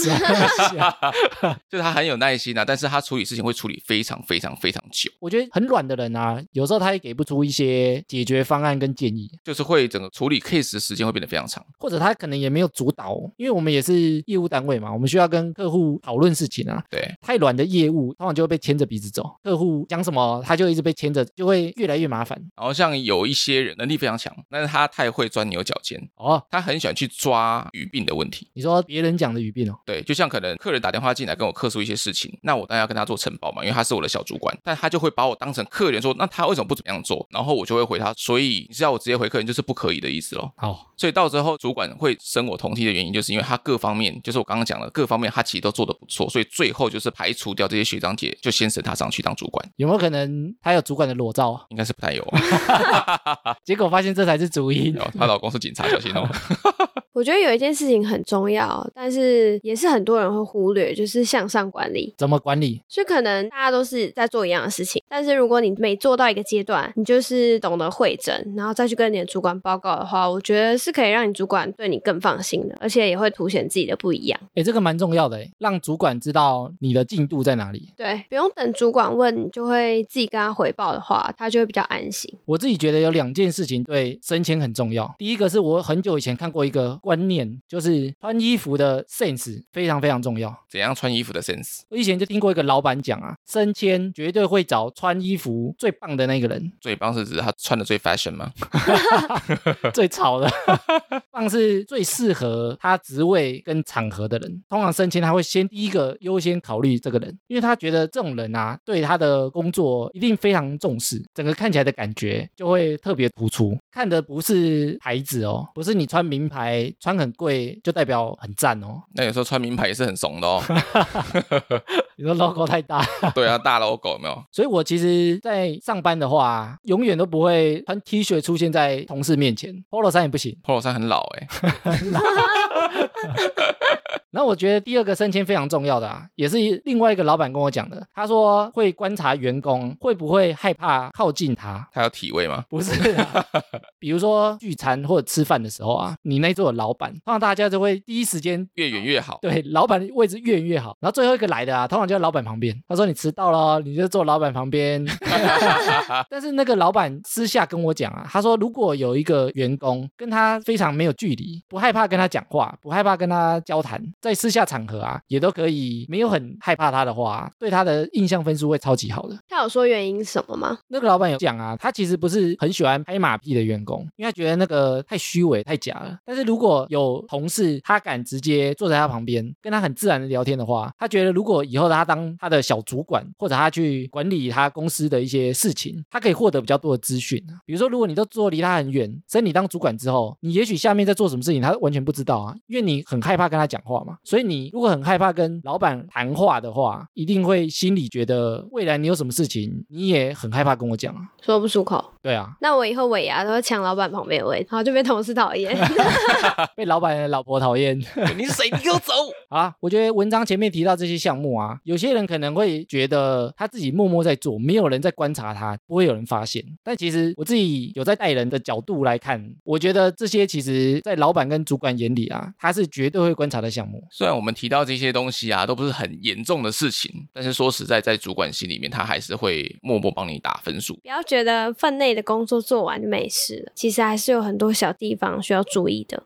Speaker 2: 就是他很有耐心啊，但是他处理事情会处理非常非常非常久，
Speaker 1: 我觉得很软的人啊，有时候他也给不出一些解决方案跟建议，
Speaker 2: 就是会整个处理 case 的时间会变得非常长。
Speaker 1: 或者他可能也没有主导，因为我们也是业务单位嘛，我们需要跟客户讨论事情啊。
Speaker 2: 对，
Speaker 1: 太软的业务，通常就会被牵着鼻子走。客户讲什么，他就一直被牵着，就会越来越麻烦。
Speaker 2: 然后像有一些人能力非常强，但是他太会钻牛角尖，
Speaker 1: 哦，
Speaker 2: 他很喜欢去抓语病的问题。
Speaker 1: 你说别人讲的语病哦，
Speaker 2: 对，就像可能客人打电话进来跟我客诉一些事情，那我当然要跟他做呈报嘛，因为他是我的小主管，但他就会把我当成客人说，那他为什么不怎么样做？然后我就会回他，所以你是要我直接回客人就是不可以的意思咯。
Speaker 1: 好、
Speaker 2: 所以到最后主管会升我同梯的原因，就是因为他各方面，就是我刚刚讲的各方面，他其实都做得不错，所以最后就是排除掉这些学长姐，就先升他上去当主管，
Speaker 1: 有没有可能他有主管的裸照，啊
Speaker 2: 应该是不太有哦。
Speaker 1: 结果发现这才是主因
Speaker 2: 然？后她老公是警察，小心哦。
Speaker 3: 我觉得有一件事情很重要，但是也是很多人会忽略，就是向上管理。
Speaker 1: 怎么管理？
Speaker 3: 所以可能大家都是在做一样的事情，但是如果你每做到一个阶段，你就是懂得会诊，然后再去跟你的主管报告的话，我觉得是可以让你主管对你更放心的，而且也会凸显自己的不一样。
Speaker 1: 哎，这个蛮重要的诶，让主管知道你的进度在哪里。
Speaker 3: 对，不用等主管问，你就会自己跟他回报的话，他就会比较安心。
Speaker 1: 我自己觉得有两件事情对升迁很重要。第一个是我很久以前看过一个观念，就是穿衣服的 sense 非常非常重要。
Speaker 2: 怎样穿衣服的 sense？
Speaker 1: 我以前就听过一个老板讲啊，升迁绝对会找穿衣服最棒的那个人，
Speaker 2: 最棒是指他穿的最 fashion 吗？
Speaker 1: 最潮的，棒是最适合他职位跟场合的人。通常升迁他会先第一个优先考虑这个人，因为他觉得这种人啊，对他的工作一定非常重视，整个看起来的感觉就会特别突出。看的不是牌子哦，不是你穿名牌、穿很贵就代表很赞哦。
Speaker 2: 那有时候穿名牌也是很怂的哦。
Speaker 1: 你说 logo 太大，
Speaker 2: 对啊，大 logo 有没有？
Speaker 1: 所以我其实，在上班的话，啊永远都不会穿 T 恤出现在同事面前，polo 衫也不行。
Speaker 2: polo 衫很老哎、
Speaker 1: 然后我觉得第二个升迁非常重要的啊，也是另外一个老板跟我讲的，他说会观察员工会不会害怕靠近他。
Speaker 2: 他有体味吗？
Speaker 1: 不是、啊，比如说聚餐或者吃饭的时候啊，你那一桌的老板，通常大家就会第一时间
Speaker 2: 越远越好。
Speaker 1: 对老板位置越远越好，然后最后一个来的啊，通常就在老板旁边。他说你迟到了哦，你就坐老板旁边。 但是那个老板私下跟我讲啊，他说如果有一个员工跟他非常没有距离，不害怕跟他讲话，不害怕跟他交谈，在私下场合啊，也都可以没有很害怕他的话，啊对他的印象分数会超级好的。
Speaker 3: 他有说原因是什么吗？
Speaker 1: 那个老板有讲啊，他其实不是很喜欢拍马屁的员工，因为他觉得那个太虚伪、太假了。但是如果有同事他敢直接坐在他旁边，跟他很自然的聊天的话，他觉得如果以后他当他的小主管，或者他去管理他公司的一些事情，他可以获得比较多的资讯啊。比如说，如果你都坐离他很远，升你当主管之后，你也许下面在做什么事情他完全不知道啊，因为你很害怕跟他讲话嘛。所以你如果很害怕跟老板谈话的话，一定会心里觉得未来你有什么事情，你也很害怕跟我讲啊。
Speaker 3: 说不出口。
Speaker 1: 对啊，
Speaker 3: 那我以后尾牙都会抢老板旁边的位置，然后就被同事讨厌。
Speaker 1: 被老板的老婆讨厌。
Speaker 2: 你是谁？你给我走！
Speaker 1: 好啦，啊我觉得文章前面提到这些项目啊，有些人可能会觉得他自己默默在做，没有人在观察他，不会有人发现。但其实我自己有在带人的角度来看，我觉得这些其实在老板跟主管眼里啊，他是绝对会观察的项目。
Speaker 2: 虽然我们提到这些东西啊，都不是很严重的事情，但是说实在，在主管心里面，他还是会默默帮你打分数。
Speaker 3: 不要觉得分内的工作做完就没事了，其实还是有很多小地方需要注意的。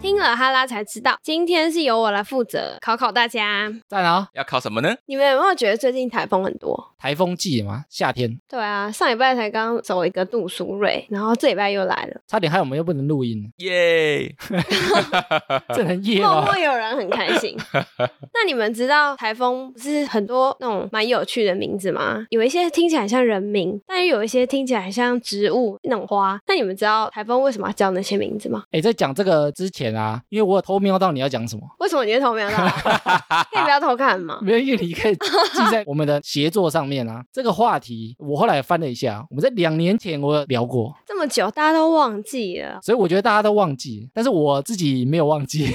Speaker 3: 听了哈拉才知道，今天是由我来负责考考大家。
Speaker 1: 赞啊，
Speaker 2: 要靠什么呢？
Speaker 3: 你们有没有觉得最近台风很多？
Speaker 1: 台风季嘛，夏天
Speaker 3: 对啊，上礼拜才刚走一个杜苏芮，然后这礼拜又来了，
Speaker 1: 差点害我们又不能录音，
Speaker 2: 耶、
Speaker 1: 这能 夜哦
Speaker 3: 默
Speaker 1: 吗
Speaker 3: 默？有人很开 心。那你们知道台风不是很多那种蛮有趣的名字吗？有一些听起来像人名，但也有一些听起来像植物那种花。那你们知道台风为什么要叫那些名字吗？
Speaker 1: 哎，在讲这个之前啊，因为我有偷瞄到你要讲什么，
Speaker 3: 为什么你会偷瞄到我？可以不要偷看吗？
Speaker 1: 没有，因为你可以记在我们的协作上面啊。这个话题我后来翻了一下，我们在两年前我有聊过，
Speaker 3: 这么久大家都忘记了，
Speaker 1: 所以我觉得大家都忘记，但是我自己没有忘记。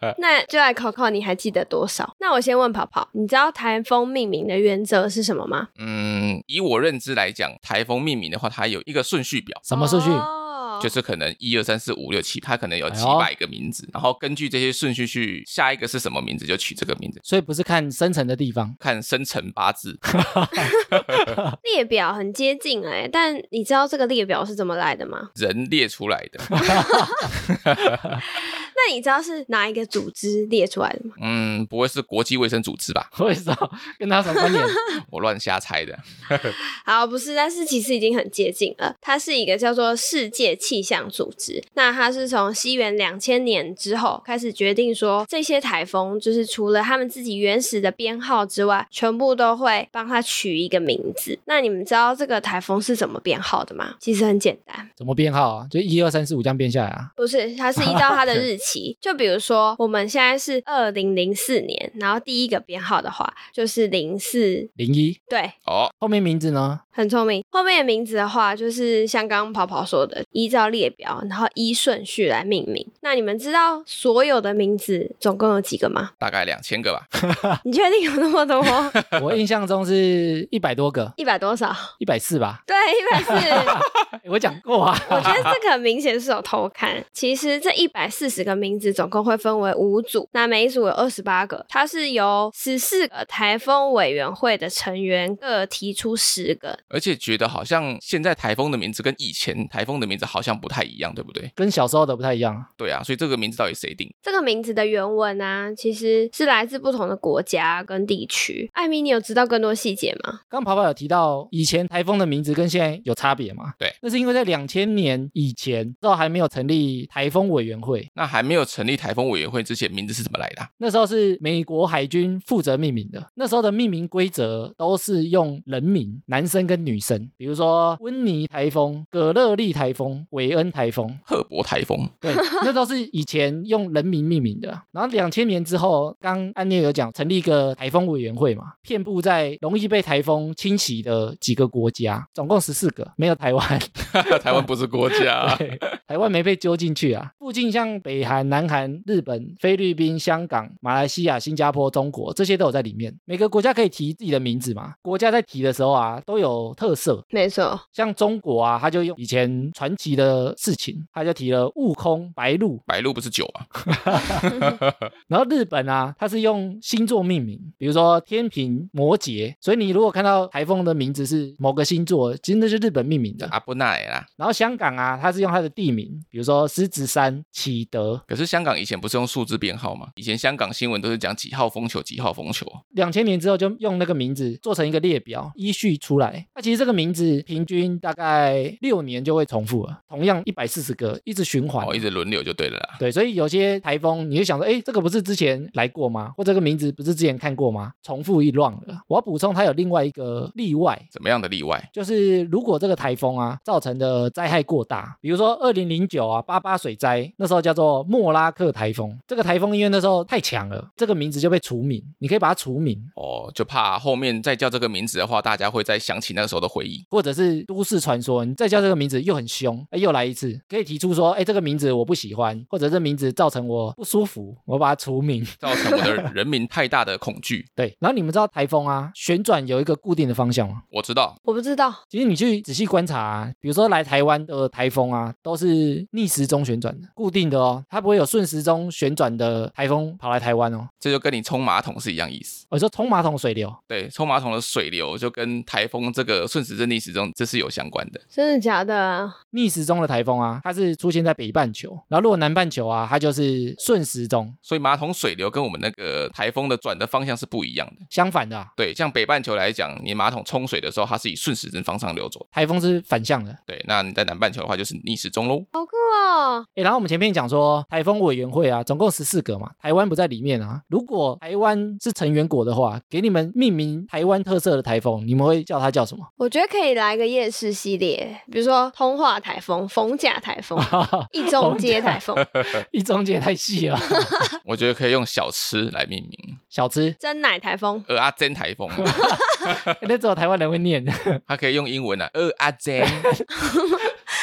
Speaker 1: 呃
Speaker 3: 那就来考考你还记得多少？那我先问跑跑，你知道台风命名的原则是什么吗？
Speaker 2: 嗯，以我认知来讲，台风命名的话，它有一个顺序表。
Speaker 1: 什么顺序？
Speaker 3: 哦
Speaker 2: 就是可能一二三四五六七，它可能有
Speaker 1: 哎
Speaker 2: 几
Speaker 1: 呦
Speaker 2: 百个名字，然后根据这些顺序去下一个是什么名字就取这个名字，
Speaker 1: 所以不是看深层的地方。
Speaker 2: 看生辰八字。
Speaker 3: 列表很接近哎、但你知道这个列表是怎么来的吗？
Speaker 2: 人列出来 的。
Speaker 3: 那你知道是哪一个组织列出来的吗？
Speaker 2: 嗯，不会是国际卫生组织吧？
Speaker 1: 我也知道跟他有什么关联。
Speaker 2: 我乱瞎猜的。
Speaker 3: 好，不是，但是其实已经很接近了。它是一个叫做世界气象组织，那它是从西元两千年之后开始决定说，这些台风就是除了他们自己原始的编号之外，全部都会帮它取一个名字。那你们知道这个台风是怎么编号的吗？其实很简单，
Speaker 1: 怎么编号啊？就一二三四五这样编下来啊？
Speaker 3: 不是，它是依照它的日期。就比如说，我们现在是二零零四年，然后第一个编号的话就是零四，
Speaker 1: 零一
Speaker 3: 对，
Speaker 2: 哦，
Speaker 1: 后面名字呢？
Speaker 3: 很聪明。后面的名字的话，就是像刚刚跑跑说的，依照列表，然后依顺序来命名。那你们知道所有的名字总共有几个吗？
Speaker 2: 大概两千个吧。
Speaker 3: 你确定有那么多？
Speaker 1: 我印象中是一百多个，
Speaker 3: 一百多少？
Speaker 1: 一百四吧、
Speaker 3: 对，一百四。
Speaker 1: 诶我讲过啊，
Speaker 3: 我觉得这个很明显是有偷看。其实这一百四十个名字总共会分为五组，那每一组有二十八个，它是由十四个台风委员会的成员各提出十个。
Speaker 2: 而且觉得好像现在台风的名字跟以前台风的名字好像不太一样，对不对？
Speaker 1: 跟小时候的不太一样。
Speaker 2: 对啊，所以这个名字到底谁定？
Speaker 3: 这个名字的原文啊，其实是来自不同的国家跟地区。艾米，你有知道更多细节吗？
Speaker 1: 刚跑跑有提到以前台风的名字跟现在有差别嘛？
Speaker 2: 对
Speaker 1: 那是因为在两千年以前，那时候还没有成立台风委员会，
Speaker 2: 那还没有成立台风委员会之前，名字是怎么来的啊、
Speaker 1: 那时候是美国海军负责命名的。那时候的命名规则都是用人名，男生跟女生，比如说温尼台风、葛勒利台风、韦恩台风，
Speaker 2: 赫伯台风。
Speaker 1: 对，那都是以前用人名命名的。然后两千年之后，刚安妮有讲成立一个台风委员会嘛，遍布在容易被台风侵袭的几个国家，总共十四个，没有台湾。。
Speaker 2: 台湾不是国家啊
Speaker 1: 对，台湾没被揪进去啊。附近像北韩、南韩、日本、菲律宾、香港、马来西亚、新加坡、中国这些都有在里面。每个国家可以提自己的名字嘛，国家在提的时候啊，都有特色。
Speaker 3: 没错，
Speaker 1: 像中国啊，他就用以前传奇的事情，他就提了悟空、白鹿。
Speaker 2: 白鹿不是酒啊，
Speaker 1: 然后日本啊，它是用星座命名，比如说天平、摩羯，所以你如果看到台风的名字是某个星座，其实那是日本命名的。
Speaker 2: 阿布奈啦。
Speaker 1: 然后香港啊，它是用它的地名，比如说狮子山、启德，
Speaker 2: 可是香港以前不是用数字编号吗？以前香港新闻都是讲几号风球，几号风球。
Speaker 1: 两千年之后就用那个名字做成一个列表，依序出来。那其实这个名字平均大概六年就会重复了，同样一百四十个，一直循环。
Speaker 2: 哦，一直轮流就对了啦。
Speaker 1: 对，所以有些台风，你就想说，哎，这个不是之前来过吗？或这个名字不是之前看过吗？重复一乱了。我要补充，它有另外一个例外，
Speaker 2: 怎么样的例外？
Speaker 1: 就是如果这个台风啊造成的灾害过大，比如说二零零九啊八八水灾，来那时候叫做莫拉克台风。这个台风因为那时候太强了，这个名字就被除名。你可以把它除名，
Speaker 2: 哦，就怕后面再叫这个名字的话，大家会再想起那个时候的回忆。
Speaker 1: 或者是都市传说，你再叫这个名字又很凶，哎，又来一次，可以提出说，哎，这个名字我不喜欢，或者这名字造成我不舒服，我把它除名。
Speaker 2: 造成我的人民太大的恐惧。
Speaker 1: 对，然后你们知道台风啊，旋转有一个固定的方向吗？
Speaker 2: 我知道，
Speaker 3: 我不知道，
Speaker 1: 其实你去仔细观察、啊，比如说来台湾的台风啊，都是逆时钟旋转的，固定的哦，它不会有顺时钟旋转的台风跑来台湾哦。
Speaker 2: 这就跟你冲马桶是一样意思。
Speaker 1: 我说冲马桶水流，
Speaker 2: 对，冲马桶的水流就跟台风这个顺时针逆时针这是有相关的。
Speaker 3: 真的假的啊？
Speaker 1: 逆时钟的台风啊，它是出现在北半球，然后如果南半球啊，它就是顺时钟，
Speaker 2: 所以马桶水流跟我们那个台风的转的方向是不一样的。
Speaker 1: 相反的、啊，
Speaker 2: 对，像北半球来讲，你马桶冲水的时候，它是以顺时针方向流走。
Speaker 1: 台风是反向的。
Speaker 2: 对，那你在南半球的话，就是逆时钟喽。
Speaker 3: 好酷哦！
Speaker 1: 诶，然后我们前面讲说台风委员会啊，总共十四个嘛，台湾不在里面啊。如果台湾是成员国的话，给你们命名台湾特色的台风，你们会叫它叫什么？
Speaker 3: 我觉得可以来个夜市系列，比如说通化台风、逢甲台 风、一中街台 风，
Speaker 1: 一中介太细了，
Speaker 2: 我觉得可以用小吃来命名，
Speaker 1: 小吃，
Speaker 3: 真奶台风。
Speaker 2: 呃阿珍台风，
Speaker 1: 诶那只有台湾人会念。
Speaker 2: 它可以用英文啊，呃阿珍。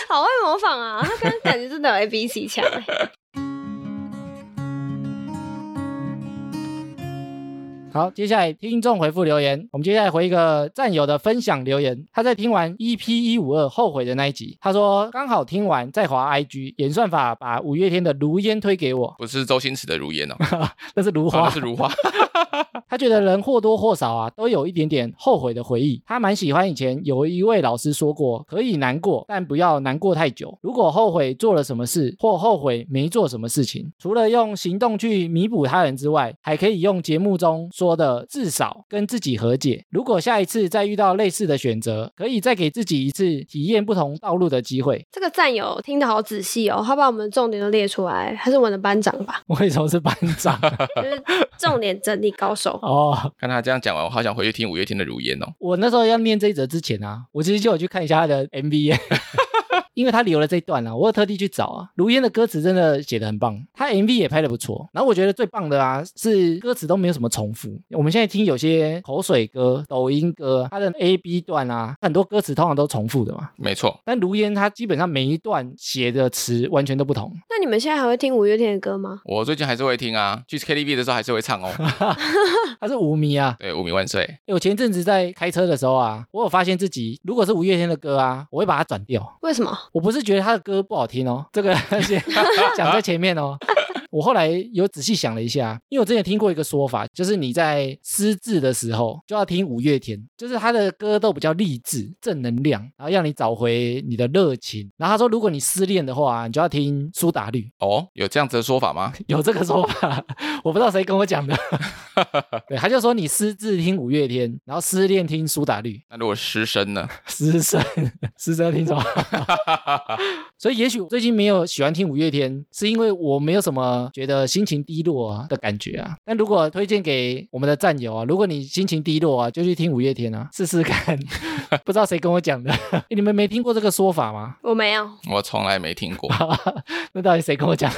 Speaker 3: 好会模仿啊！他刚刚感觉真的有 A B C 强欸、
Speaker 1: 好，接下来听众回复留言，我们接下来回一个战友的分享留言。他在听完 EP 一五二后悔的那一集，他说刚好听完在滑 IG，演算法把五月天的《如烟》推给我，
Speaker 2: 不是周星驰的如烟哦，
Speaker 1: 那是如
Speaker 2: 好
Speaker 1: 花
Speaker 2: 像是。如花。
Speaker 1: 他觉得人或多或少啊，都有一点点后悔的回忆。他蛮喜欢以前有一位老师说过，可以难过，但不要难过太久。如果后悔做了什么事，或后悔没做什么事情，除了用行动去弥补他人之外，还可以用节目中说的至少跟自己和解。如果下一次再遇到类似的选择，可以再给自己一次体验不同道路的机会。？
Speaker 3: 这个战友听得好仔细哦，他把我们重点都列出来，他是我们的班长吧
Speaker 1: 我为什么是班长？
Speaker 3: 就是重点整理高 手。
Speaker 1: 哦。
Speaker 2: 看他这样讲完，我好想回去听五月天的如烟哦。
Speaker 1: 我那时候要念这一则之前啊，我其实就有去看一下他的 MV，耶因为他留了这一段啊，我有特地去找啊。卢烟的歌词真的写得很棒，他 MV 也拍得不错。然后我觉得最棒的啊，是歌词都没有什么重复。我们现在听有些口水歌、抖音歌，它的 A B 段啊，很多歌词通常都重复的嘛。
Speaker 2: 没错，
Speaker 1: 但卢烟她基本上每一段写的词完全都不同，
Speaker 3: 那你们现在还会听五月天的歌吗？
Speaker 2: 我最近还是会听啊，去 KTV 的时候还是会唱哦。
Speaker 1: 她是无迷啊。
Speaker 2: 对，五米万岁。
Speaker 1: 诶我前阵子在开车的时候啊，我有发现自己如果是五月天的歌啊，我会把它转掉。
Speaker 3: 为什么？
Speaker 1: 我不是觉得他的歌不好听哦，这个先讲在前面哦。我后来有仔细想了一下，因为我之前听过一个说法，就是你在失智的时候就要听五月天，就是他的歌都比较励志、正能量，然后让你找回你的热情。然后他说，如果你失恋的话、你就要听苏打绿，
Speaker 2: 哦，有这样子的说法吗？
Speaker 1: 有这个说法，我不知道谁跟我讲的。对，他就说你失智听五月天，然后失恋听苏打绿，
Speaker 2: 那如果失声呢？
Speaker 1: 失声失声听什么？所以也许我最近没有喜欢听五月天，是因为我没有什么觉得心情低落啊的感觉啊。但如果推荐给我们的战友啊，如果你心情低落啊，就去听五月天啊，试试看。不知道谁跟我讲的，诶你们没听过这个说法吗？
Speaker 3: 我没有。
Speaker 2: 我从来没听过。
Speaker 1: 那到底谁跟我讲？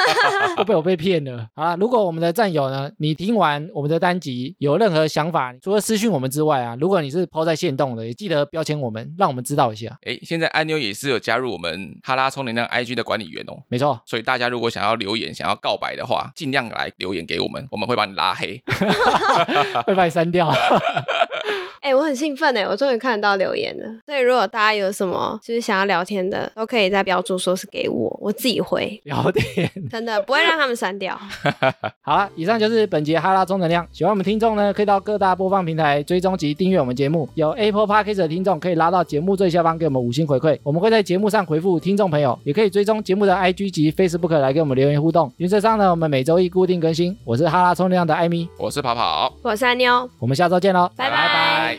Speaker 1: 会不会我被骗了？好啦，如果我们的战友呢，你听完我们的单集有任何想法，除了私讯我们之外啊，如果你是抛在线动的，也记得标签我们，让我们知道一下。
Speaker 2: 哎，现在按妞也是有加入我们哈拉充能量 IG 的管理员哦，
Speaker 1: 没错，
Speaker 2: 所以大家如果想要留言、想要告白的话，尽量来留言给我们，我们会把你拉黑。
Speaker 1: 会把你删掉。
Speaker 3: 哎、我很兴奋哎，我终于看得到留言了。所以如果大家有什么就是想要聊天的，都可以在标注说是给我，我自己回，
Speaker 1: 聊天。
Speaker 3: 真的不会让他们删掉。
Speaker 1: 好了，以上就是本节哈拉充能量。喜欢我们听众呢，可以到各大播放平台追踪及订阅我们节目。有 Apple Podcast 的听众可以拉到节目最下方给我们五星回馈，我们会在节目上回复听众朋友，也可以追踪节目的 IG 及 Facebook 来跟我们留言互动。原则上呢，我们每周一固定更新。我是哈拉充能量的艾米，
Speaker 2: 我是跑跑，
Speaker 3: 我是安妞，
Speaker 1: 我们下周见喽。
Speaker 3: 拜拜